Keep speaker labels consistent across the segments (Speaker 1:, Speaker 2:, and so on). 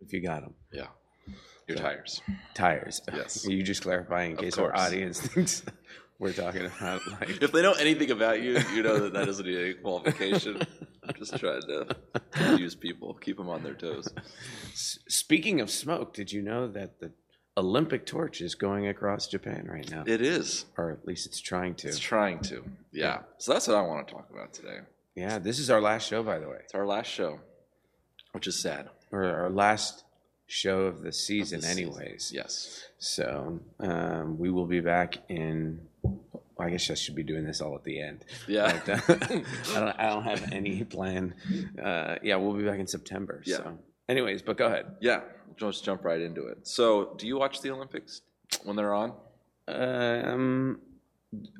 Speaker 1: if you got them.
Speaker 2: Yeah. Your tires.
Speaker 1: Tires.
Speaker 2: Yes.
Speaker 1: you just clarify in
Speaker 2: Of
Speaker 1: case our
Speaker 2: course.
Speaker 1: audience thinks we're talking about like
Speaker 2: If they know anything about you, you know that that doesn't need any qualification. I'm just trying to use people, keep them on their toes.
Speaker 1: S- Speaking of smoke, did you know that the Olympic torch is going across Japan right now?
Speaker 2: It is.
Speaker 1: or at least it's trying to.
Speaker 2: It's trying to. Yeah. So that's what I want to talk about today.
Speaker 1: Yeah, this is our last show, by the way,
Speaker 2: It's our last show, which is sad.
Speaker 1: or our last show of the season,
Speaker 2: Of the season.
Speaker 1: anyways.
Speaker 2: Yes.
Speaker 1: So um, we will be back in. well, I guess I should be doing this all at the end.
Speaker 2: Yeah.
Speaker 1: But, uh, I, don't, I don't have any plan. Uh, yeah, we'll be back in September.
Speaker 2: Yeah.
Speaker 1: So, anyways, but go ahead.
Speaker 2: Yeah. Just jump right into it. So, do you watch the Olympics when they're on?
Speaker 1: Um,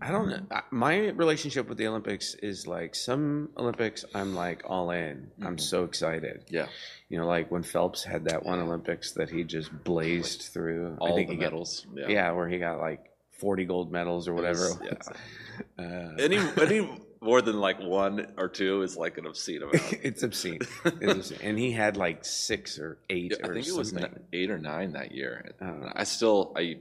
Speaker 1: I don't know. I- My relationship with the Olympics is like some Olympics, I'm like all in. I'm
Speaker 2: Mhm.
Speaker 1: so excited.
Speaker 2: Yeah.
Speaker 1: You know, like when Phelps had that one Olympics that he just blazed through.
Speaker 2: All the
Speaker 1: he got-
Speaker 2: medals.
Speaker 1: yeah. where he got like 40 gold medals or whatever.
Speaker 2: was-
Speaker 1: it was. Uh,
Speaker 2: Any any more than like one or two is like an obscene amount.
Speaker 1: it's obscene. It's obscene. And he had like six or eight
Speaker 2: Yeah, I
Speaker 1: or
Speaker 2: think it was
Speaker 1: something.
Speaker 2: ni- eight or nine that year.
Speaker 1: I don't know.
Speaker 2: I still I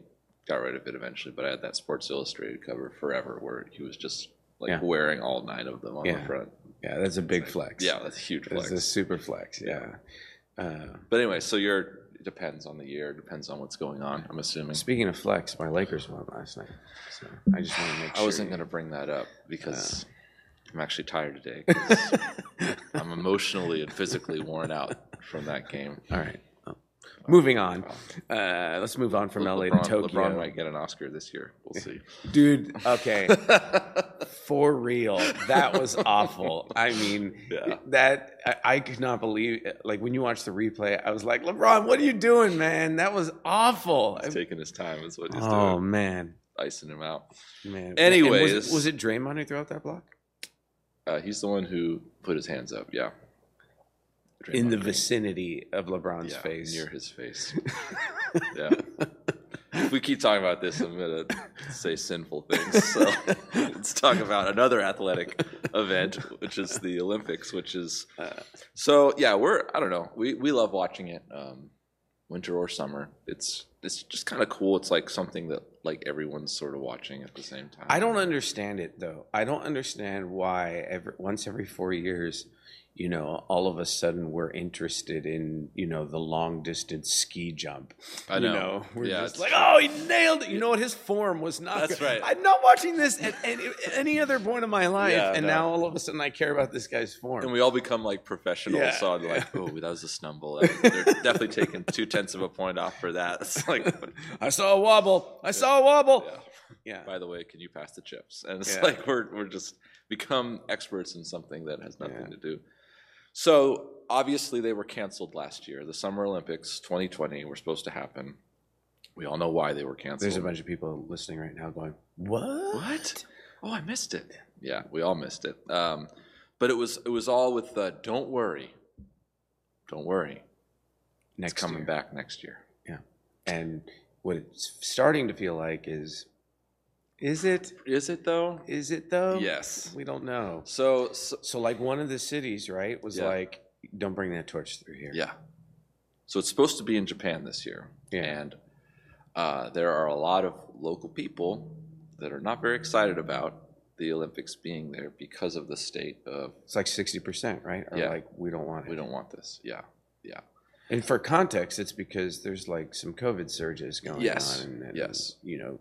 Speaker 2: got rid of it eventually, but I had that Sports Illustrated cover forever where he was just like
Speaker 1: Yeah.
Speaker 2: wearing all nine of them on
Speaker 1: Yeah.
Speaker 2: the front.
Speaker 1: yeah, that's a big flex.
Speaker 2: Yeah, that's a huge
Speaker 1: That's
Speaker 2: flex.
Speaker 1: a super flex. Yeah. Uh,
Speaker 2: But anyway, so you're it depends on the year, depends on what's going on. I'm assuming.
Speaker 1: Speaking of flex, my Lakers won last night. So I just want to make sure. Uh.
Speaker 2: I wasn't going to bring that up because I'm actually tired today. 'cause I'm emotionally and physically worn out from that game.
Speaker 1: All right. Well, moving on. Uh, let's move on from
Speaker 2: Le-
Speaker 1: LA
Speaker 2: LeBron,
Speaker 1: to Tokyo.
Speaker 2: LeBron might get an Oscar this year. We'll see.
Speaker 1: Dude, okay. For real. That was awful. I mean,
Speaker 2: Yeah.
Speaker 1: that I, I could not believe like when you watch the replay, I was like, "LeBron, what are you doing, man? That was awful."
Speaker 2: He's taking his time. Is what he's
Speaker 1: oh
Speaker 2: doing.
Speaker 1: man.
Speaker 2: Icing him out.
Speaker 1: Man. And was,
Speaker 2: Anyways.
Speaker 1: it, was it Draymond who threw out that block?
Speaker 2: Uh, he's the one who put his hands up. Yeah.
Speaker 1: In
Speaker 2: Draymond
Speaker 1: the
Speaker 2: Green.
Speaker 1: vicinity of LeBron's
Speaker 2: yeah,
Speaker 1: face.
Speaker 2: near his face. yeah. If we keep talking about this, I'm gonna say sinful things. So let's talk about another athletic event, which is the Olympics. Which is
Speaker 1: Uh,
Speaker 2: so yeah. We're I don't know. We we love watching it, um, winter or summer. It's it's just kind of cool. It's like something that like everyone's sort of watching at the same time.
Speaker 1: I don't understand it though. I don't understand why every once every four years, you know, all of a sudden we're interested in you know the long distance ski jump.
Speaker 2: I
Speaker 1: You
Speaker 2: know.
Speaker 1: know, we're
Speaker 2: Yeah,
Speaker 1: just
Speaker 2: it's
Speaker 1: like, oh, he nailed it. You know what? His form was not.
Speaker 2: That's
Speaker 1: good.
Speaker 2: right.
Speaker 1: I'm not watching this at any, at any other point in my life,
Speaker 2: Yeah,
Speaker 1: and
Speaker 2: no.
Speaker 1: now all of a sudden I care about this guy's form.
Speaker 2: And we all become like professionals
Speaker 1: Yeah,
Speaker 2: on like, oh, that was a stumble. They're definitely taking two tenths of a point off for that. It's like, "Oh,
Speaker 1: I saw a wobble. I saw a wobble.
Speaker 2: yeah.
Speaker 1: Yeah.
Speaker 2: by the way, can you pass the chips? And it's
Speaker 1: Yeah.
Speaker 2: like we're we're just become experts in something that has nothing
Speaker 1: Yeah.
Speaker 2: to do. So obviously they were canceled last year. The Summer Olympics 2020 were supposed to happen. We all know why they were canceled.
Speaker 1: There's a bunch of people listening right now going, "What?
Speaker 2: What? Oh, I missed it. Yeah, we all missed it. Um, but it was it was all with the don't worry, don't worry.
Speaker 1: Next
Speaker 2: it's coming
Speaker 1: year.
Speaker 2: back next year.
Speaker 1: And what it's starting to feel like is, is it?
Speaker 2: Is it though?
Speaker 1: Is it though?
Speaker 2: Yes.
Speaker 1: We don't know.
Speaker 2: So, so
Speaker 1: So, like one of the cities, right, was
Speaker 2: Yeah.
Speaker 1: like, "Don't bring that torch through here."
Speaker 2: yeah. So it's supposed to be in Japan this year,
Speaker 1: Yeah.
Speaker 2: and uh, there are a lot of local people that are not very excited about the Olympics being there because of the state of
Speaker 1: It's like sixty percent, right? Or
Speaker 2: Yeah.
Speaker 1: Like we don't want it.
Speaker 2: we don't want this. Yeah, yeah.
Speaker 1: And for context, it's because there's like some COVID surges going
Speaker 2: Yes.
Speaker 1: on. And, and,
Speaker 2: Yes.
Speaker 1: You know,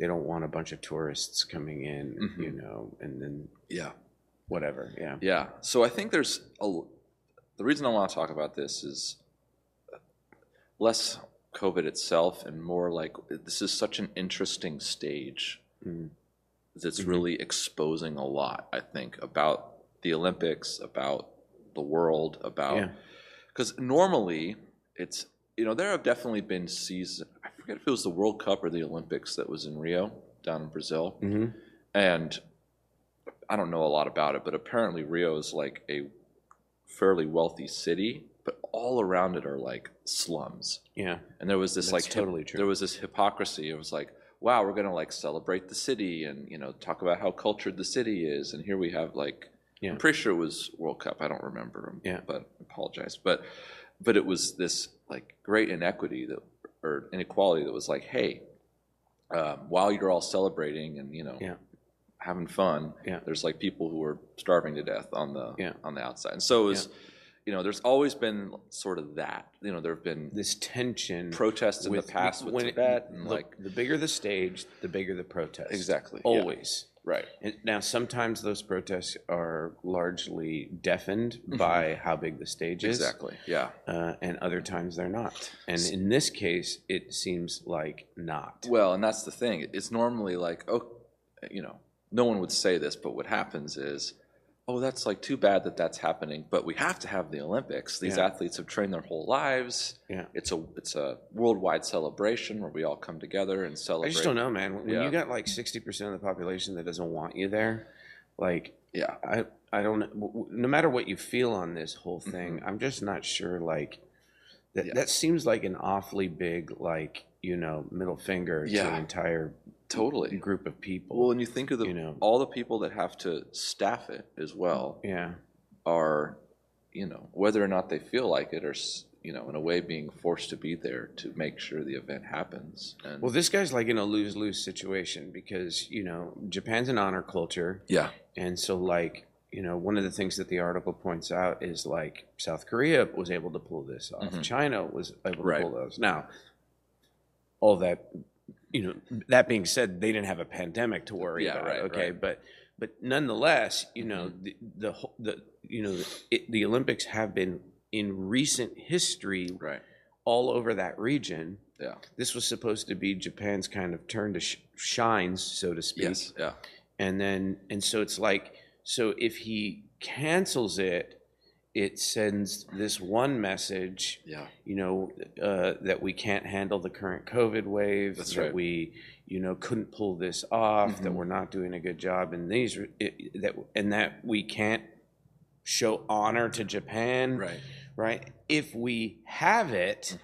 Speaker 1: they don't want a bunch of tourists coming in.
Speaker 2: Mhm.
Speaker 1: You know, and then
Speaker 2: Yeah.
Speaker 1: whatever. Yeah.
Speaker 2: Yeah. So I think there's a l the reason I want to talk about this is less COVID itself and more like this is such an interesting stage
Speaker 1: Mm.
Speaker 2: that's
Speaker 1: Mhm.
Speaker 2: really exposing a lot, I think, about the Olympics, about the world, about
Speaker 1: Yeah.
Speaker 2: because normally it's you know there have definitely been seasons. I forget if it was the World Cup or the Olympics that was in Rio down in Brazil
Speaker 1: hmm
Speaker 2: and I don't know a lot about it, but apparently Rio is like a fairly wealthy city, but all around it are like slums.
Speaker 1: Yeah.
Speaker 2: And there was this like
Speaker 1: That's totally true.
Speaker 2: There was this hypocrisy. It was like, wow, we're gonna like celebrate the city and you know talk about how cultured the city is, and here we have like,
Speaker 1: Yeah.
Speaker 2: I'm pretty sure it was World Cup. I don't remember.
Speaker 1: Yeah.
Speaker 2: but apologize. But but it was this like great inequity that or inequality that was like, hey, um, while you're all celebrating and you know
Speaker 1: Yeah.
Speaker 2: having fun,
Speaker 1: Yeah.
Speaker 2: there's like people who are starving to death on the
Speaker 1: Yeah.
Speaker 2: on the outside. And so it was, you know, there's always been sort of that. You know, there have been
Speaker 1: This tension
Speaker 2: protests in
Speaker 1: with-
Speaker 2: the past with
Speaker 1: when it-
Speaker 2: Tibet and
Speaker 1: look,
Speaker 2: like
Speaker 1: the bigger the stage, the bigger the protest.
Speaker 2: exactly yeah,
Speaker 1: Always.
Speaker 2: right.
Speaker 1: And now, sometimes those protests are largely deafened by how big the stage is,
Speaker 2: Exactly. Yeah.
Speaker 1: uh, and other times they're not. And in this case, it seems like not.
Speaker 2: Well, and that's the thing. It's normally like, oh, you know, no one would say this, but what happens is, oh, that's like too bad that that's happening, but we have to have the Olympics. These
Speaker 1: Yeah.
Speaker 2: athletes have trained their whole lives.
Speaker 1: Yeah.
Speaker 2: It's a it's a worldwide celebration where we all come together and
Speaker 1: I
Speaker 2: celebrate.
Speaker 1: just don't know, man. When
Speaker 2: Yeah.
Speaker 1: you got like sixty percent of the population that doesn't want you there, like
Speaker 2: Yeah.
Speaker 1: I, I don't. w- w- No matter what you feel on this whole thing, I'm just not sure. Like that.
Speaker 2: Mm-hmm. Yeah.
Speaker 1: That seems like an awfully big, like you know, middle finger to
Speaker 2: Yeah.
Speaker 1: an entire
Speaker 2: Totally.
Speaker 1: group of people.
Speaker 2: Well, and you think of the
Speaker 1: you know.
Speaker 2: all the people that have to staff it as well
Speaker 1: yeah.
Speaker 2: are, you know, whether or not they feel like it, are s- you know, in a way being forced to be there to make sure the event happens. And
Speaker 1: Well, this guy's like in a lose lose situation because you know Japan's an honor culture.
Speaker 2: yeah,
Speaker 1: And so, like, you know, one of the things that the article points out is like South Korea was able to pull this off,
Speaker 2: Mhm.
Speaker 1: China was able
Speaker 2: Right.
Speaker 1: to pull those. Now, all that, you know, that being said, they didn't have a pandemic to worry
Speaker 2: Yeah,
Speaker 1: about.
Speaker 2: right,
Speaker 1: okay,
Speaker 2: right. Mm-hmm.
Speaker 1: but but nonetheless, you know, the the, whole- the you know it, the Olympics have been in recent history
Speaker 2: right.
Speaker 1: all over that region.
Speaker 2: Yeah.
Speaker 1: This was supposed to be Japan's kind of turn to sh- shines, so to speak
Speaker 2: Yes. Yeah.
Speaker 1: and then and so it's like so if he cancels it it sends this one message
Speaker 2: Yeah.
Speaker 1: you know uh, that we can't handle the current covid wave
Speaker 2: That's
Speaker 1: that
Speaker 2: right.
Speaker 1: we you know couldn't pull this off that
Speaker 2: Mhm.
Speaker 1: we're not doing a good job in these re- it, that and that we can't show honor to japan
Speaker 2: Right. Mm-hmm.
Speaker 1: right? if we have it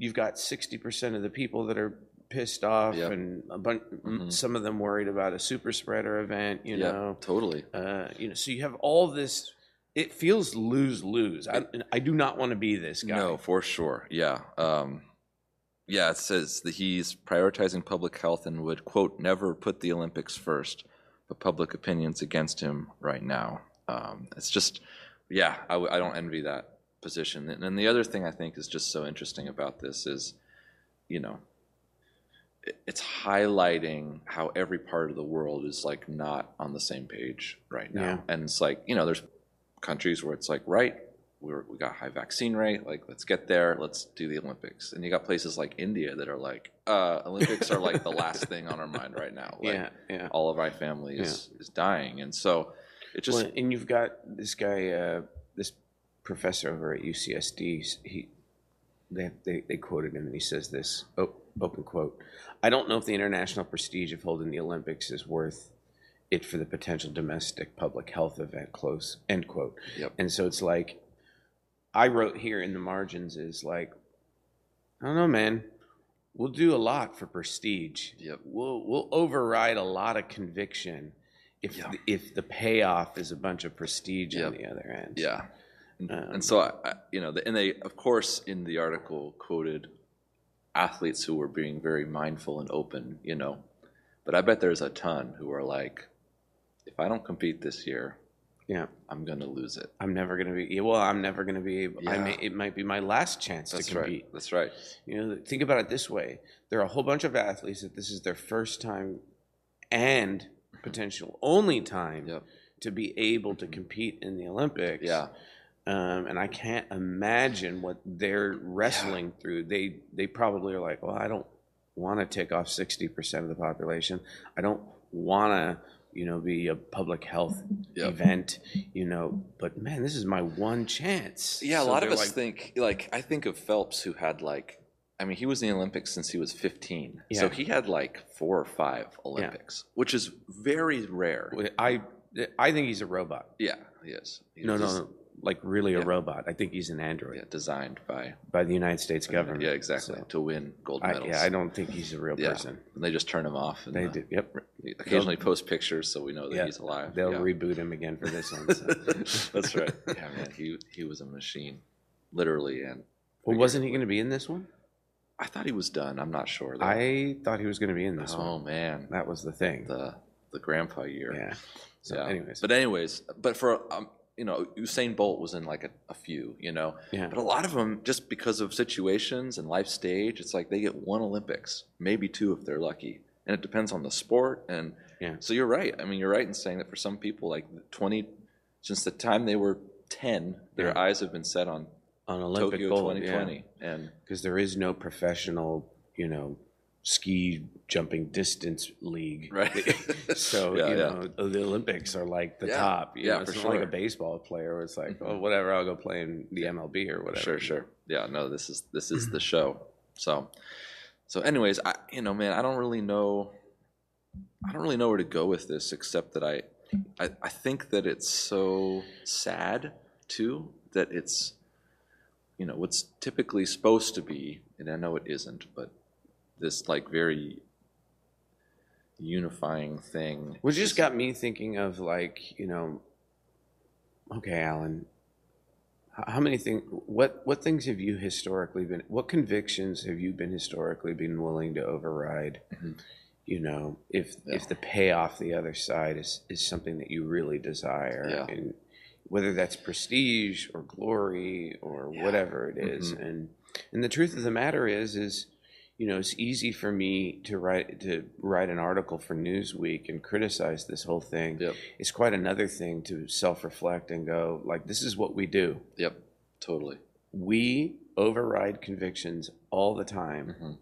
Speaker 1: you've got 60% of the people that are pissed off
Speaker 2: Yep.
Speaker 1: and a bunch
Speaker 2: Mhm.
Speaker 1: some of them worried about a super spreader event you
Speaker 2: yeah,
Speaker 1: know
Speaker 2: totally.
Speaker 1: uh, you know so you have all this it feels lose lose I, I do not want to be this guy
Speaker 2: No, for sure. Yeah. Um, yeah, it says that he's prioritizing public health and would, quote, never put the Olympics first, but public opinion's against him right now. Um, it's just, yeah, I, w- I don't envy that position. And, and the other thing I think is just so interesting about this is, you know, i- it's highlighting how every part of the world is like not on the same page right now.
Speaker 1: Yeah.
Speaker 2: And it's like, you know, there's countries where it's like, right, we're, we got high vaccine rate. Like, let's get there. Let's do the Olympics. And you got places like India that are like, uh, Olympics are like the last thing on our mind right now. Like,
Speaker 1: yeah yeah
Speaker 2: all of our family is, is dying. And so it just,
Speaker 1: Well, and you've got this guy uh, this professor over at ucsd s- he they, they, they quoted him and he says this oh, open quote i don't know if the international prestige of holding the olympics is worth it for the potential domestic public health event close end quote
Speaker 2: Yep.
Speaker 1: and so it's like i wrote here in the margins is like i don't know man we'll do a lot for prestige
Speaker 2: Yep.
Speaker 1: we'll we'll override a lot of conviction if
Speaker 2: Yeah.
Speaker 1: the, if the payoff is a bunch of prestige on
Speaker 2: Yep.
Speaker 1: the other end
Speaker 2: yeah. And,
Speaker 1: Um,
Speaker 2: and so, I, I, you know, the, and they, of course, in the article quoted athletes who were being very mindful and open, you know, but I bet there's a ton who are like, if I don't compete this year,
Speaker 1: yeah
Speaker 2: I'm going to lose it.
Speaker 1: i'm never gonna be yeah, well i'm never gonna be able i may
Speaker 2: Yeah.
Speaker 1: it might be my last chance
Speaker 2: That's
Speaker 1: to
Speaker 2: right.
Speaker 1: compete
Speaker 2: That's right.
Speaker 1: you know think about it this way there are a whole bunch of athletes that this is their first time and potential only time
Speaker 2: Yep. Mm-hmm.
Speaker 1: to be able to compete in the olympics
Speaker 2: Yeah.
Speaker 1: um, and I can't imagine what they're wrestling through. They they probably are like, well, I don't want to take off sixty percent of the population. I don't want to, you know, be a public health
Speaker 2: Yep.
Speaker 1: event, you know. But man, this is my one chance.
Speaker 2: Yeah, a
Speaker 1: So
Speaker 2: lot of
Speaker 1: they're
Speaker 2: us
Speaker 1: like,
Speaker 2: think like I think of Phelps who had like I mean he was in the Olympics since he was 15. So
Speaker 1: Yeah.
Speaker 2: he had like four or five Olympics, which is very rare.
Speaker 1: I I think he's a robot.
Speaker 2: Yeah, he is. He's
Speaker 1: No, no,
Speaker 2: just-
Speaker 1: no, like really a
Speaker 2: Yeah.
Speaker 1: robot. I think he's an android
Speaker 2: Yeah, designed by
Speaker 1: by the United States government.
Speaker 2: Yeah, exactly.
Speaker 1: So
Speaker 2: To win gold
Speaker 1: I,
Speaker 2: medals.
Speaker 1: yeah, I don't think he's a real
Speaker 2: Yeah.
Speaker 1: person.
Speaker 2: And they just turn him off and
Speaker 1: They
Speaker 2: uh,
Speaker 1: do. Yep.
Speaker 2: occasionally post pictures so we know that
Speaker 1: Yeah,
Speaker 2: he's alive.
Speaker 1: They'll
Speaker 2: Yeah.
Speaker 1: reboot him again for this one. so.
Speaker 2: That's right. Yeah, man, he he was a machine, literally and
Speaker 1: Well, wasn't he going to be in this one?
Speaker 2: I thought he was done. I'm not sure. though.
Speaker 1: I thought he was going to be in this one.
Speaker 2: oh man,
Speaker 1: That was the thing.
Speaker 2: the the grandpa year.
Speaker 1: yeah. So,
Speaker 2: Yeah.
Speaker 1: anyways,
Speaker 2: But anyways, but for um, you know, Usain Bolt was in like a, a few, you know,
Speaker 1: yeah,
Speaker 2: but a lot of them just because of situations and life stage, it's like they get one Olympics, maybe two if they're lucky, and it depends on the sport. And
Speaker 1: Yeah.
Speaker 2: so you're right. I mean, you're right in saying that for some people, like twenty, since the time they were ten, their
Speaker 1: Yeah.
Speaker 2: eyes have been set on
Speaker 1: on Olympic
Speaker 2: Tokyo
Speaker 1: gold, yeah.
Speaker 2: 2020, and
Speaker 1: because there is no professional, you know, ski jumping distance league.
Speaker 2: right,
Speaker 1: So
Speaker 2: Yeah,
Speaker 1: you
Speaker 2: yeah.
Speaker 1: know the Olympics are like the
Speaker 2: Yeah.
Speaker 1: top. You
Speaker 2: Yeah,
Speaker 1: know, it's
Speaker 2: for
Speaker 1: not like a
Speaker 2: sure.
Speaker 1: baseball player where it's like,
Speaker 2: Mhm.
Speaker 1: oh, whatever, I'll go play in the MLB or whatever.
Speaker 2: Sure, sure. Yeah, no, this is this is the show. So, so anyways, I you know, man, I don't really know. I don't really know where to go with this, except that I, I, I think that it's so sad too that it's, you know, what's typically supposed to be, and I know it isn't, but this like very unifying thing.
Speaker 1: Which just got me thinking of like, you know, okay, Alan, h- how many things, what, what things have you historically been, what convictions have you been historically been willing to override?
Speaker 2: Mhm.
Speaker 1: You know, if, if the payoff the other side is, is something that you really desire
Speaker 2: Yeah.
Speaker 1: and whether that's prestige or glory or whatever it is.
Speaker 2: Mhm.
Speaker 1: And, and the truth of the matter is, is, you know, it's easy for me to write to write an article for Newsweek and criticize this whole thing.
Speaker 2: Yep.
Speaker 1: It's quite another thing to self-reflect and go like, this is what we do.
Speaker 2: Yep, totally.
Speaker 1: We override convictions all the time
Speaker 2: hmm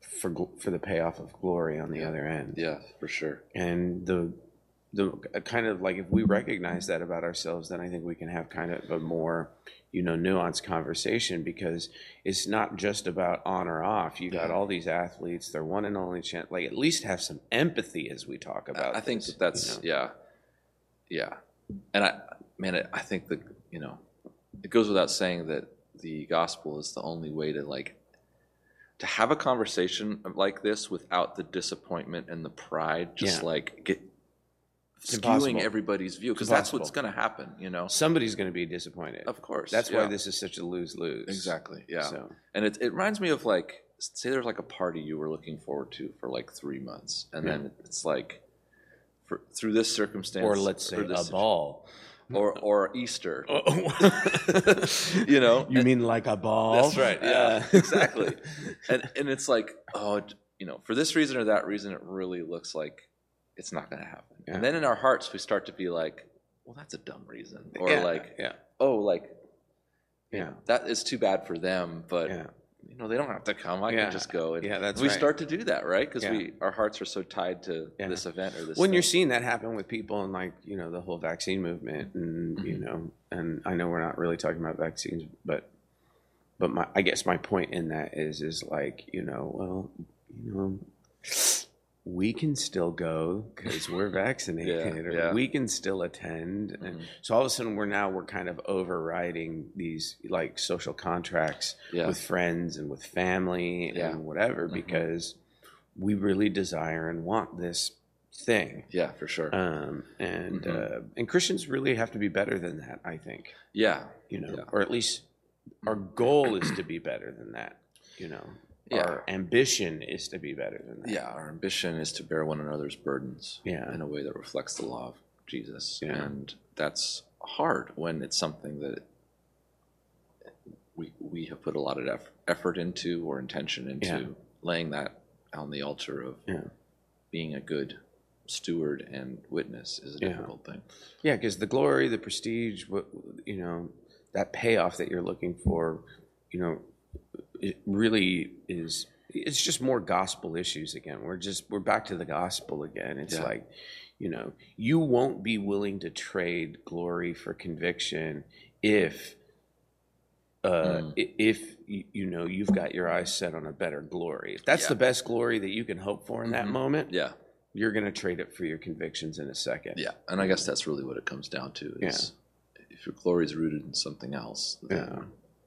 Speaker 1: for gl- for the payoff of glory on the
Speaker 2: Yeah.
Speaker 1: other end.
Speaker 2: Yeah, for sure.
Speaker 1: And the the uh, kind of like if we recognize that about ourselves, then I think we can have kind of a more you know nuanced conversation because it's not just about on or off. You got
Speaker 2: Yeah.
Speaker 1: all these athletes; their one and only chance. Like at least have some empathy as we talk
Speaker 2: I-
Speaker 1: about.
Speaker 2: I think
Speaker 1: this,
Speaker 2: that that's
Speaker 1: you know?
Speaker 2: yeah, yeah, and I man, I, I think that you know, it goes without saying that the gospel is the only way to like to have a conversation like this without the disappointment and the pride, just
Speaker 1: Yeah.
Speaker 2: like get skewing
Speaker 1: impossible.
Speaker 2: everybody's view because that's what's
Speaker 1: impossible.
Speaker 2: going to happen, you know.
Speaker 1: somebody's going to be disappointed.
Speaker 2: Of course,
Speaker 1: That's why
Speaker 2: yeah.
Speaker 1: this is such a lose lose.
Speaker 2: exactly, yeah.
Speaker 1: So
Speaker 2: And it, it reminds me of like, say there's like a party you were looking forward to for like three months, and then it's like, for, through this circumstance,
Speaker 1: or let's say a
Speaker 2: this-
Speaker 1: ball.
Speaker 2: or or Easter,
Speaker 1: you
Speaker 2: you know. and-
Speaker 1: mean like a ball? Uh,
Speaker 2: that's right, yeah, exactly. And and it's like, oh, d- you know, for this reason or that reason, it really looks like it's not going to happen.
Speaker 1: Yeah.
Speaker 2: And then in our hearts, we start to be like, well, that's a dumb reason, or
Speaker 1: Yeah,
Speaker 2: like,
Speaker 1: yeah,
Speaker 2: oh, like
Speaker 1: yeah,
Speaker 2: that is too bad for them, but
Speaker 1: yeah.
Speaker 2: you know, they don't have to come. I
Speaker 1: Yeah,
Speaker 2: can just go. And
Speaker 1: yeah, that's
Speaker 2: we
Speaker 1: right.
Speaker 2: start to do that, right? Because
Speaker 1: Yeah.
Speaker 2: we our hearts are so tied to
Speaker 1: Yeah.
Speaker 2: this event or this.
Speaker 1: when you're
Speaker 2: thing.
Speaker 1: seeing that happen with people and like you know the whole vaccine movement and
Speaker 2: Mm-hmm.
Speaker 1: you know and i know we're not really talking about vaccines but but my i guess my point in that is is like you know well you know we can still go because we're vaccinated or
Speaker 2: yeah.
Speaker 1: we can still attend and
Speaker 2: Mhm.
Speaker 1: so all of a sudden we're now we're kind of overriding these like social contracts
Speaker 2: yeah,
Speaker 1: with friends and with family
Speaker 2: Yeah.
Speaker 1: and whatever
Speaker 2: Mhm.
Speaker 1: because we really desire and want this thing
Speaker 2: yeah, for sure.
Speaker 1: um, and
Speaker 2: Mhm.
Speaker 1: uh, and Christians really have to be better than that. I think
Speaker 2: yeah,
Speaker 1: you know,
Speaker 2: Yeah.
Speaker 1: or at least our goal is to be better than that. You know,
Speaker 2: yeah.
Speaker 1: our ambition is to be better than that.
Speaker 2: Yeah, our ambition is to bear one another's burdens
Speaker 1: Yeah.
Speaker 2: in a way that reflects the law of Jesus.
Speaker 1: Yeah.
Speaker 2: And that's hard when it's something that we, we have put a lot of eff- effort into or intention into
Speaker 1: Yeah.
Speaker 2: laying that on the altar of
Speaker 1: Yeah.
Speaker 2: being a good steward and witness is a
Speaker 1: Yeah.
Speaker 2: difficult thing.
Speaker 1: Yeah, because the glory, the prestige, what you know, that payoff that you're looking for, you know, it really is. It's just more gospel issues again. We're just we're back to the gospel again. It's
Speaker 2: Yeah.
Speaker 1: like, you know, you won't be willing to trade glory for conviction if. Uh,
Speaker 2: Mm.
Speaker 1: i- If you, you know you've got your eyes set on a better glory, if that's
Speaker 2: Yeah.
Speaker 1: the best glory that you can hope for in that
Speaker 2: Mhm.
Speaker 1: moment,
Speaker 2: Yeah.
Speaker 1: you're going to trade it for your convictions in a second.
Speaker 2: Yeah. And I guess that's really what it comes down to is if your glory is rooted in something else, then
Speaker 1: Yeah.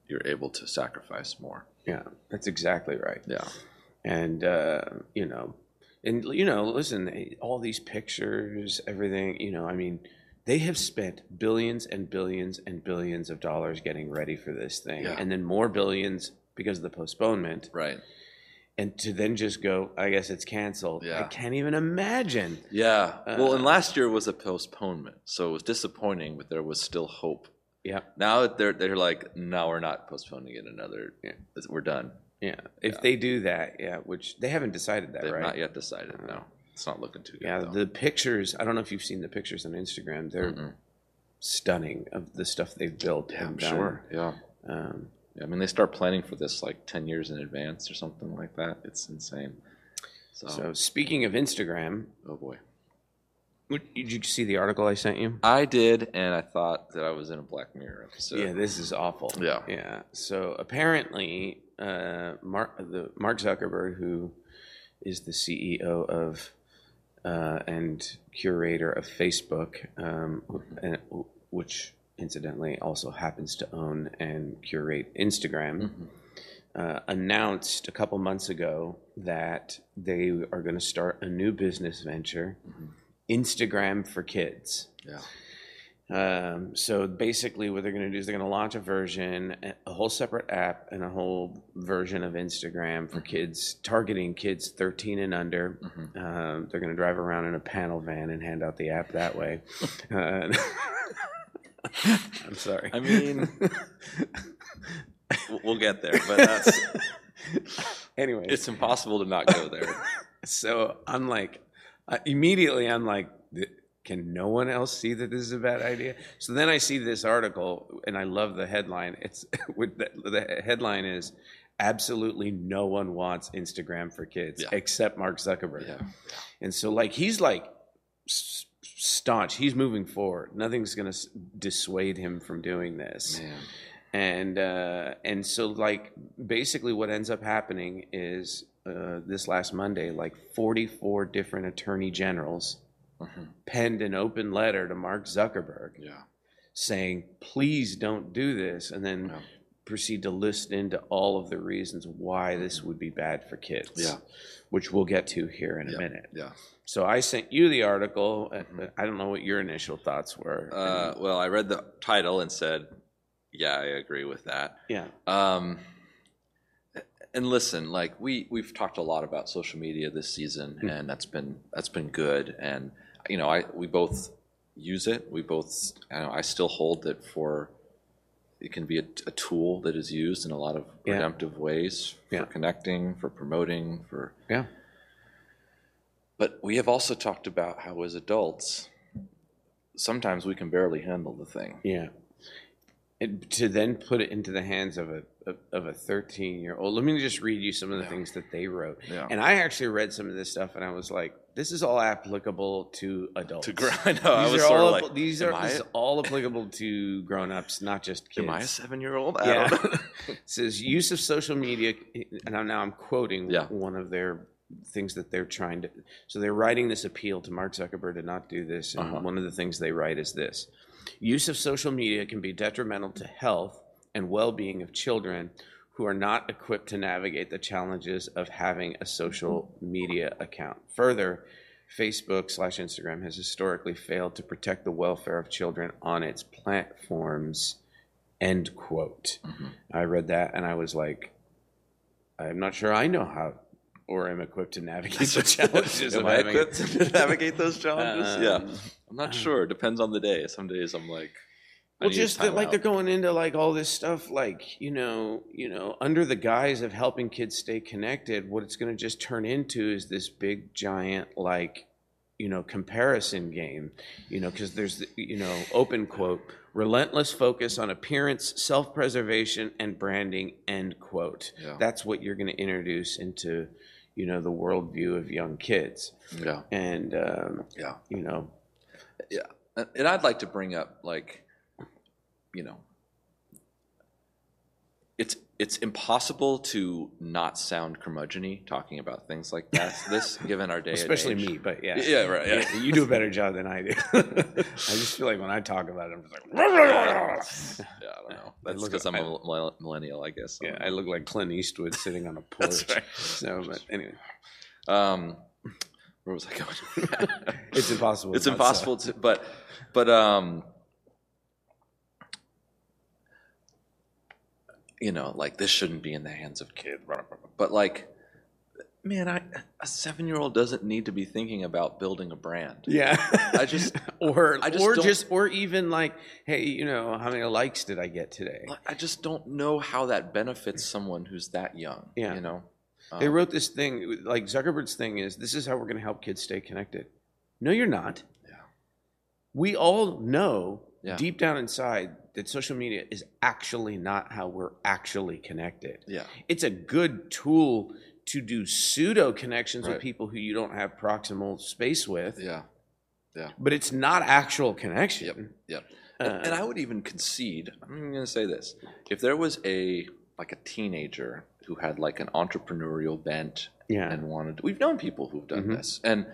Speaker 2: you're able to sacrifice more.
Speaker 1: yeah, that's exactly right.
Speaker 2: Yeah.
Speaker 1: and uh, you know, and you know, listen, eh, all these pictures, everything, you know, I mean, they have spent billions and billions and billions of dollars getting ready for this thing,
Speaker 2: Yeah.
Speaker 1: and then more billions because of the postponement,
Speaker 2: Right.
Speaker 1: and to then just go, I guess it's canceled. I
Speaker 2: Yeah.
Speaker 1: can't even imagine.
Speaker 2: Yeah. well, and
Speaker 1: Uh,
Speaker 2: last year was a postponement, so it was disappointing, but there was still hope.
Speaker 1: Yeah,
Speaker 2: Now they're they're like, no, we're not postponing it another.
Speaker 1: Yeah.
Speaker 2: We're done.
Speaker 1: yeah. If
Speaker 2: Yeah.
Speaker 1: they do that, yeah, which they haven't decided that,
Speaker 2: They've
Speaker 1: right? Uh,
Speaker 2: not yet decided. No, it's not looking too good.
Speaker 1: Yeah,
Speaker 2: though.
Speaker 1: the pictures. I don't know if you've seen the pictures on Instagram. They're
Speaker 2: Mhm.
Speaker 1: stunning of the stuff they've built.
Speaker 2: Yeah, I'm
Speaker 1: and done.
Speaker 2: sure. Yeah.
Speaker 1: Um,
Speaker 2: Yeah, I mean, they start planning for this like ten years in advance or something like that. It's insane. So,
Speaker 1: So speaking of Instagram,
Speaker 2: oh boy,
Speaker 1: would- did you see the article I sent you?
Speaker 2: I did, and I thought that I was in a Black Mirror episode.
Speaker 1: yeah, this is awful.
Speaker 2: Yeah.
Speaker 1: yeah. So apparently, uh, Mark the Mark Zuckerberg, who is the CEO of uh, and curator of Facebook, um, and, which incidentally also happens to own and curate Instagram.
Speaker 2: Mhm.
Speaker 1: uh, announced a couple months ago that they are going to start a new business venture,
Speaker 2: Mhm.
Speaker 1: Instagram for kids.
Speaker 2: Yeah.
Speaker 1: Um, so basically, what they're going to do is they're going to launch a version, a- a whole separate app, and a whole version of Instagram for
Speaker 2: Mhm.
Speaker 1: kids, targeting kids 13 and under.
Speaker 2: Mhm.
Speaker 1: Um, they're going to drive around in a panel van and hand out the app that way. Uh, I'm sorry.
Speaker 2: I mean, we'll- we'll get there, but that's,
Speaker 1: anyway,
Speaker 2: it's impossible to not go there.
Speaker 1: So I'm like, uh, immediately I'm like, "Th- can no one else see that this is a bad idea? So then I see this article and I love the headline. It's with the, the headline is absolutely no one wants Instagram for kids
Speaker 2: Yeah.
Speaker 1: except Mark Zuckerberg.
Speaker 2: Yeah.
Speaker 1: And so like he's like s- staunch. He's moving forward. Nothing's going to dissuade him from doing this
Speaker 2: Man.
Speaker 1: and uh, and so like basically what ends up happening is uh, this last Monday, like 44 different attorney generals
Speaker 2: Mhm.
Speaker 1: penned an open letter to Mark Zuckerberg
Speaker 2: Yeah.
Speaker 1: saying, "Please don't do this," and then
Speaker 2: Yeah.
Speaker 1: proceed to list into all of the reasons why this would be bad for kids.
Speaker 2: Yeah.
Speaker 1: Which we'll get to here in a
Speaker 2: Yeah.
Speaker 1: minute.
Speaker 2: Yeah.
Speaker 1: So I sent you the article. uh,
Speaker 2: Mhm.
Speaker 1: I don't know what your initial thoughts were.
Speaker 2: Uh,
Speaker 1: And-
Speaker 2: well, I read the title and said, yeah, I agree with that.
Speaker 1: yeah.
Speaker 2: Um, and listen, like we we've talked a lot about social media this season,
Speaker 1: Mm.
Speaker 2: and that's been that's been good. And you know, I we both use it. We both. I, don't know, I still hold that for it can be a, a tool that is used in a lot of
Speaker 1: Yeah.
Speaker 2: redemptive ways for
Speaker 1: Yeah.
Speaker 2: connecting, for promoting, for
Speaker 1: Yeah.
Speaker 2: But we have also talked about how, as adults, sometimes we can barely handle the thing.
Speaker 1: Yeah. And to then put it into the hands of a of- of a 13 year old. Let me just read you some of the things that they wrote.
Speaker 2: Yeah.
Speaker 1: And I actually read some of this stuff, and I was like, "This is all applicable to adults."
Speaker 2: to grind. I,
Speaker 1: These
Speaker 2: know, I was
Speaker 1: are
Speaker 2: sort of
Speaker 1: all
Speaker 2: like,
Speaker 1: these
Speaker 2: am
Speaker 1: are
Speaker 2: I
Speaker 1: this is all applicable to grown ups, not just kids.
Speaker 2: Am I a seven year old?
Speaker 1: Yeah.
Speaker 2: Yeah.
Speaker 1: It says use of social media, and I'm, now I'm quoting
Speaker 2: Yeah.
Speaker 1: one of their things that they're trying to. So they're writing this appeal to Mark Zuckerberg to not do this, and
Speaker 2: Uh-huh.
Speaker 1: one of the things they write is this: use of social media can be detrimental to health and well-being of children who are not equipped to navigate the challenges of having a social media account. Further. Facebook slash Instagram has historically failed to protect the welfare of children on its platforms. End quote. I read that and I was like, I'm not sure I know how or am equipped to navigate the challenges
Speaker 2: Am
Speaker 1: of
Speaker 2: I
Speaker 1: having
Speaker 2: equipped to navigate those challenges?
Speaker 1: Um,
Speaker 2: yeah. I'm not
Speaker 1: uh,
Speaker 2: sure. Depends on the day. Some days I'm like, I
Speaker 1: Well,
Speaker 2: need
Speaker 1: just that,
Speaker 2: time
Speaker 1: like
Speaker 2: out.
Speaker 1: they're going into like all this stuff, like you know, you know, under the guise of helping kids stay connected, what it's going to just turn into is this big giant like, you know, comparison game, you know, because there's the- you know, open quote, relentless focus on appearance, self-preservation, and branding, end quote.
Speaker 2: yeah.
Speaker 1: that's what you're going to introduce into you know the worldview of young kids
Speaker 2: yeah.
Speaker 1: and um,
Speaker 2: Yeah.
Speaker 1: you know
Speaker 2: And- Uh, And I'd like to bring up, like, you know, it's it's impossible to not sound curmudgeon talking about things like that. this, given our day, and
Speaker 1: especially
Speaker 2: age.
Speaker 1: me but yeah
Speaker 2: Yeah, right. Yeah.
Speaker 1: Yeah, you do a better job than I do. I just feel like when I talk about it, I'm just like,
Speaker 2: yeah, I don't know.
Speaker 1: I
Speaker 2: That's
Speaker 1: look
Speaker 2: because
Speaker 1: at-
Speaker 2: I'm a mil- millennial, I guess.
Speaker 1: yeah, I look like Clint Eastwood sitting on a porch.
Speaker 2: That's right.
Speaker 1: So, but anyway,
Speaker 2: Um, where was I going?
Speaker 1: it's impossible.
Speaker 2: it's
Speaker 1: to not sell.
Speaker 2: impossible to, but, but um, you know, like this shouldn't be in the hands of kids. blah, blah, blah, blah. But like, man, I, a seven year old doesn't need to be thinking about building a brand.
Speaker 1: Yeah.
Speaker 2: I just,
Speaker 1: or
Speaker 2: I just
Speaker 1: or
Speaker 2: don't-
Speaker 1: just or even like, hey, you know, how many likes did I get today?
Speaker 2: like, I just don't know how that benefits someone who's that young.
Speaker 1: Yeah.
Speaker 2: You know,
Speaker 1: They
Speaker 2: Um,
Speaker 1: wrote this thing, like Zuckerberg's thing is this is how we're going to help kids stay connected. No, you're not.
Speaker 2: Yeah.
Speaker 1: We all know
Speaker 2: Yeah.
Speaker 1: deep down inside that social media is actually not how we're actually connected.
Speaker 2: Yeah.
Speaker 1: It's a good tool to do pseudo connections
Speaker 2: Right.
Speaker 1: with people who you don't have proximal space with,
Speaker 2: Yeah.
Speaker 1: but it's not actual connection.
Speaker 2: Yep,
Speaker 1: Uh,
Speaker 2: and I would even concede. I'm even going to say this: if there was a like a teenager who had like an entrepreneurial bent
Speaker 1: yeah.
Speaker 2: and wanted, we've known people who've done
Speaker 1: Mhm.
Speaker 2: this and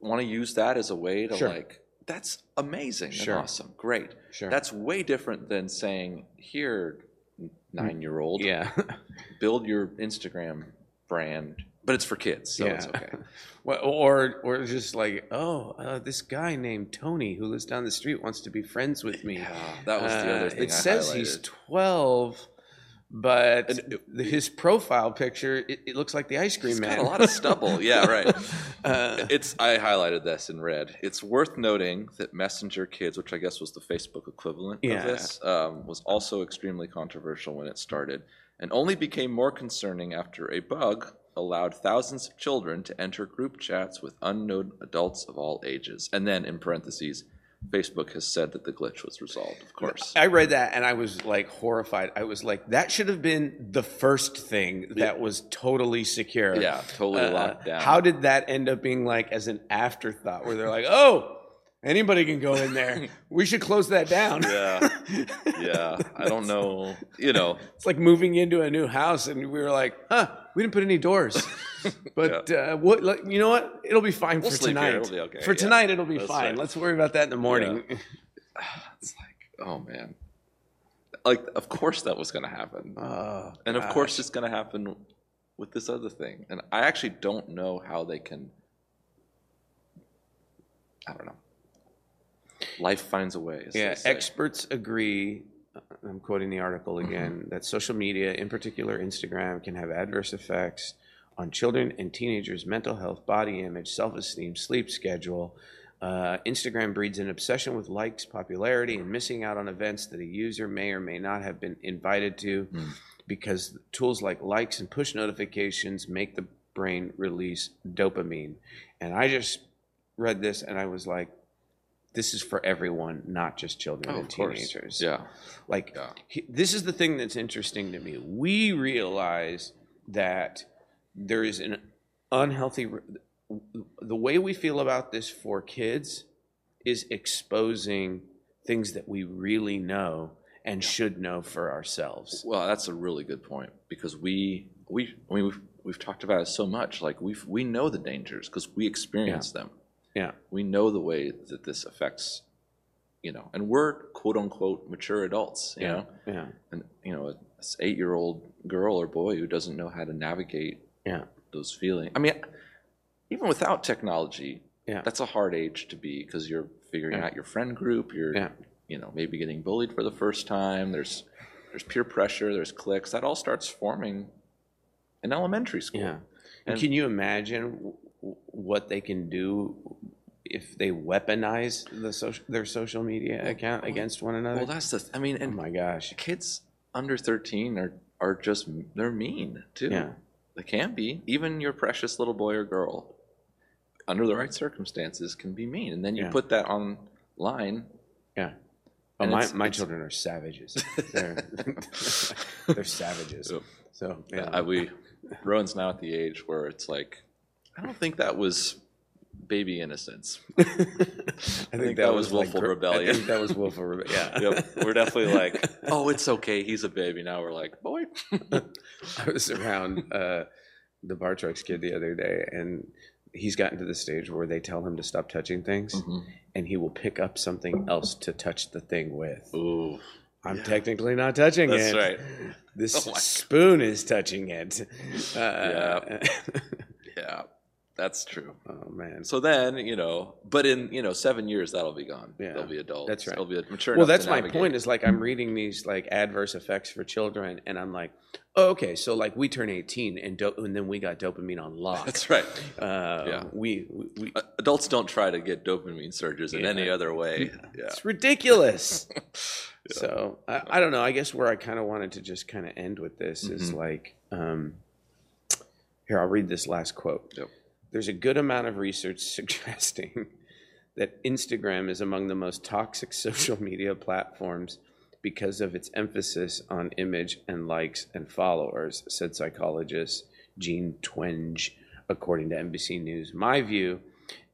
Speaker 2: want to use that as a way to
Speaker 1: Sure.
Speaker 2: like, that's amazing, and
Speaker 1: Sure.
Speaker 2: awesome, great.
Speaker 1: sure.
Speaker 2: That's way different than saying, here, nine year old,
Speaker 1: Mm-hmm. yeah.
Speaker 2: build your Instagram brand, but it's for kids, so it's
Speaker 1: Yeah.
Speaker 2: okay.
Speaker 1: Well, or or just like, oh, uh, this guy named Tony who lives down the street wants to be friends with me.
Speaker 2: Yeah, that was the
Speaker 1: Uh,
Speaker 2: other thing.
Speaker 1: It
Speaker 2: I
Speaker 1: says he's
Speaker 2: highlighted.
Speaker 1: twelve, but
Speaker 2: And it-
Speaker 1: the, his profile picture it, it looks like the ice cream
Speaker 2: He's
Speaker 1: man.
Speaker 2: got a lot of stubble. Yeah, right.
Speaker 1: Uh,
Speaker 2: It's I highlighted this in red. It's worth noting that Messenger Kids, which I guess was the Facebook equivalent
Speaker 1: Yeah.
Speaker 2: of this, um, was also extremely controversial when it started, and only became more concerning after a bug allowed thousands of children to enter group chats with unknown adults of all ages. And then, in parentheses, Facebook has said that the glitch was resolved. Of course,
Speaker 1: I read that and I was like horrified. I was like, that should have been the first thing that was totally secure.
Speaker 2: yeah, totally
Speaker 1: Uh,
Speaker 2: locked down.
Speaker 1: How did that end up being like as an afterthought where they're like, oh, anybody can go in there. We should close that down.
Speaker 2: Yeah, yeah. I don't know. You know,
Speaker 1: It's like moving into a new house and we were like, huh, we didn't put any doors. But uh, what, like, you know what? It'll be fine
Speaker 2: We'll
Speaker 1: for
Speaker 2: sleep here.
Speaker 1: tonight.
Speaker 2: It'll be okay.
Speaker 1: For
Speaker 2: Yeah.
Speaker 1: tonight, it'll be
Speaker 2: That's
Speaker 1: fine.
Speaker 2: right.
Speaker 1: Let's worry about that in the morning.
Speaker 2: it's like, oh man. Like, of course that was going to happen.
Speaker 1: Oh,
Speaker 2: And of
Speaker 1: gosh.
Speaker 2: course it's going to happen with this other thing. And I actually don't know how they can. I don't know. Life finds a way. as they
Speaker 1: Yeah,
Speaker 2: say.
Speaker 1: experts agree. uh, I'm quoting the article again that social media, in particular Instagram, can have adverse effects on children and teenagers' mental health, body image, self esteem, sleep schedule. Uh, Instagram breeds an obsession with likes, popularity, and missing out on events that a user may or may not have been invited to
Speaker 2: Mm.
Speaker 1: because tools like likes and push notifications make the brain release dopamine. And I just read this and I was like, this is for everyone, not just children
Speaker 2: Oh,
Speaker 1: and
Speaker 2: of course.
Speaker 1: teenagers.
Speaker 2: Yeah.
Speaker 1: Like,
Speaker 2: Yeah.
Speaker 1: he- this is the thing that's interesting to me. We realize that there is an unhealthy, re- the way we feel about this for kids is exposing things that we really know and should know for ourselves.
Speaker 2: Well, that's a really good point because we we I mean we've we've talked about it so much. Like we we know the dangers because we experience them.
Speaker 1: Yeah.
Speaker 2: we know the way that this affects, you know, and we're quote unquote mature adults. You know,
Speaker 1: Yeah.
Speaker 2: and you know, this eight-year-old girl or boy who doesn't know how to navigate
Speaker 1: Yeah.
Speaker 2: those feelings. I mean, even without technology,
Speaker 1: Yeah.
Speaker 2: that's a hard age to be because you're figuring
Speaker 1: Yeah.
Speaker 2: out your friend group. You're,
Speaker 1: Yeah.
Speaker 2: you know, maybe getting bullied for the first time. There's, there's peer pressure. There's cliques. That all starts forming in elementary school.
Speaker 1: Yeah. And
Speaker 2: And-
Speaker 1: can you imagine w- w- what they can do if they weaponize the social, their social media account against one another?
Speaker 2: Well, that's the. I mean,
Speaker 1: oh
Speaker 2: and
Speaker 1: my gosh.
Speaker 2: kids under 13 are are just they're mean too.
Speaker 1: Yeah.
Speaker 2: They can be. Even your precious little boy or girl, under the right circumstances, can be mean. And then you
Speaker 1: Yeah.
Speaker 2: put that online.
Speaker 1: Yeah. Oh,
Speaker 2: And
Speaker 1: my
Speaker 2: it's-
Speaker 1: my
Speaker 2: it's-
Speaker 1: children are savages. They're, they're savages.
Speaker 2: Yep.
Speaker 1: So yeah.
Speaker 2: Yeah. I, we Rowan's now at the age where it's like, I don't think that was baby innocence.
Speaker 1: I
Speaker 2: think that was willful
Speaker 1: gr-
Speaker 2: rebellion.
Speaker 1: I think that was willful rebellion. Yeah.
Speaker 2: Yep. We're definitely like, oh, it's okay. He's a baby now. We're like, boy.
Speaker 1: I was around uh, the bar trucks kid the other day, and he's gotten to the stage where they tell him to stop touching things, and he will pick up something else to touch the thing with.
Speaker 2: Ooh.
Speaker 1: I'm
Speaker 2: Yeah.
Speaker 1: technically not touching
Speaker 2: That's
Speaker 1: it.
Speaker 2: right.
Speaker 1: This
Speaker 2: Oh my God.
Speaker 1: spoon is touching it. Uh,
Speaker 2: Yeah. That's true.
Speaker 1: Oh man.
Speaker 2: So then, you know, but in you know seven years that'll be gone.
Speaker 1: Yeah.
Speaker 2: They'll be adults.
Speaker 1: That's right.
Speaker 2: They'll be mature.
Speaker 1: well,
Speaker 2: enough to
Speaker 1: that's my
Speaker 2: navigate.
Speaker 1: point. Is like I'm reading these like adverse effects for children, and I'm like, oh, okay, so like we turn 18, and do- and then we got dopamine on lock.
Speaker 2: That's right.
Speaker 1: Uh,
Speaker 2: Yeah.
Speaker 1: We, we, we
Speaker 2: Uh, Adults don't try to get dopamine surges in
Speaker 1: Yeah.
Speaker 2: any other way. Yeah.
Speaker 1: it's ridiculous.
Speaker 2: Yeah.
Speaker 1: So I, I don't know. I guess where I kind of wanted to just kind of end with this is
Speaker 2: Mhm.
Speaker 1: like, um, here I'll read this last quote.
Speaker 2: Yep.
Speaker 1: There's a good amount of research suggesting that Instagram is among the most toxic social media platforms because of its emphasis on image and likes and followers, said psychologist Gene Twenge, according to NBC News. My view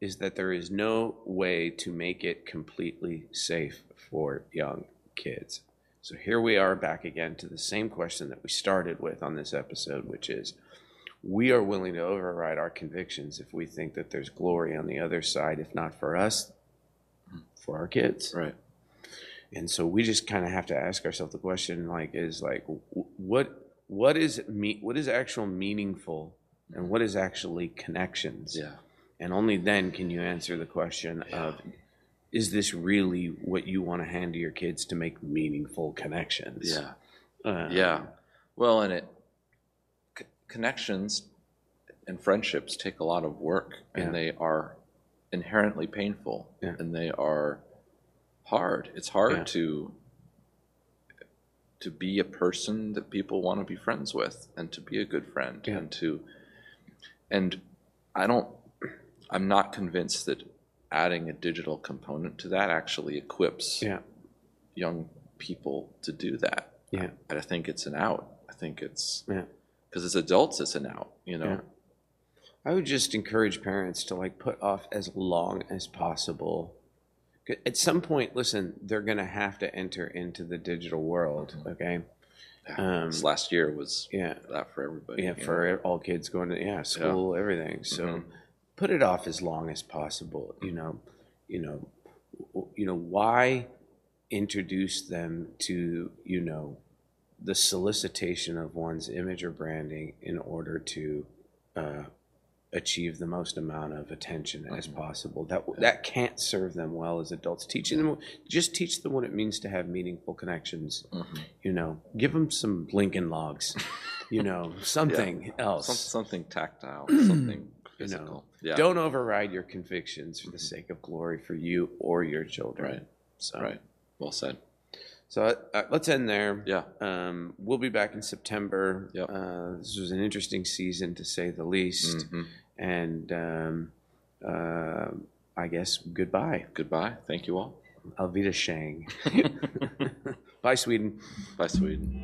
Speaker 1: is that there is no way to make it completely safe for young kids. So here we are back again to the same question that we started with on this episode, which is we are willing to override our convictions if we think that there's glory on the other side, if not for us, for our kids.
Speaker 2: Right.
Speaker 1: And so we just kind of have to ask ourselves the question like is like w- what what is me what is actual meaningful and what is actually connections?
Speaker 2: Yeah.
Speaker 1: And only then can you answer the question of is this really what you want to hand to your kids to make meaningful connections?
Speaker 2: Yeah.
Speaker 1: Uh,
Speaker 2: Yeah. Um, Well, and it c- connections and friendships take a lot of work,
Speaker 1: Yeah.
Speaker 2: and they are inherently painful,
Speaker 1: Yeah.
Speaker 2: and they are hard. It's hard
Speaker 1: Yeah.
Speaker 2: to to be a person that people want to be friends with, and to be a good friend,
Speaker 1: Yeah.
Speaker 2: and to and I don't. I'm not convinced that adding a digital component to that actually equips
Speaker 1: Yeah.
Speaker 2: young people to do that.
Speaker 1: Yeah.
Speaker 2: I, I think it's an out. I think it's
Speaker 1: Yeah.
Speaker 2: because as adults, it's an out. You know.
Speaker 1: Yeah. I would just encourage parents to like put off as long as possible. 'Cause At some point, listen, they're going to have to enter into the digital world, okay? Um,
Speaker 2: this last year was
Speaker 1: Yeah.
Speaker 2: that for everybody.
Speaker 1: Yeah,
Speaker 2: you know?
Speaker 1: for e, all kids going to yeah, school, everything. So
Speaker 2: Mhm.
Speaker 1: put it off as long as possible. You know, you know, w- you know why introduce them to you know the solicitation of one's image or branding in order to uh, achieve the most amount of attention as
Speaker 2: Mhm.
Speaker 1: possible. That that can't serve them well as adults. Teaching them just teach them what it means to have meaningful connections
Speaker 2: Mhm.
Speaker 1: you know, give them some Lincoln logs, you know, something else.
Speaker 2: Some, something tactile, something physical. yeah. Mm-hmm.
Speaker 1: Don't override your convictions for the sake of glory for you or your children.
Speaker 2: Right.
Speaker 1: So,
Speaker 2: Right. Well said.
Speaker 1: So uh, let's end there.
Speaker 2: Yeah.
Speaker 1: Um, we'll be back in September.
Speaker 2: Yep.
Speaker 1: Uh, this was an interesting season to say the least.
Speaker 2: Mhm.
Speaker 1: And um, uh, I guess goodbye.
Speaker 2: Goodbye. Thank you all.
Speaker 1: Alvita Shang. Bye, Sweden.
Speaker 2: Bye, Sweden.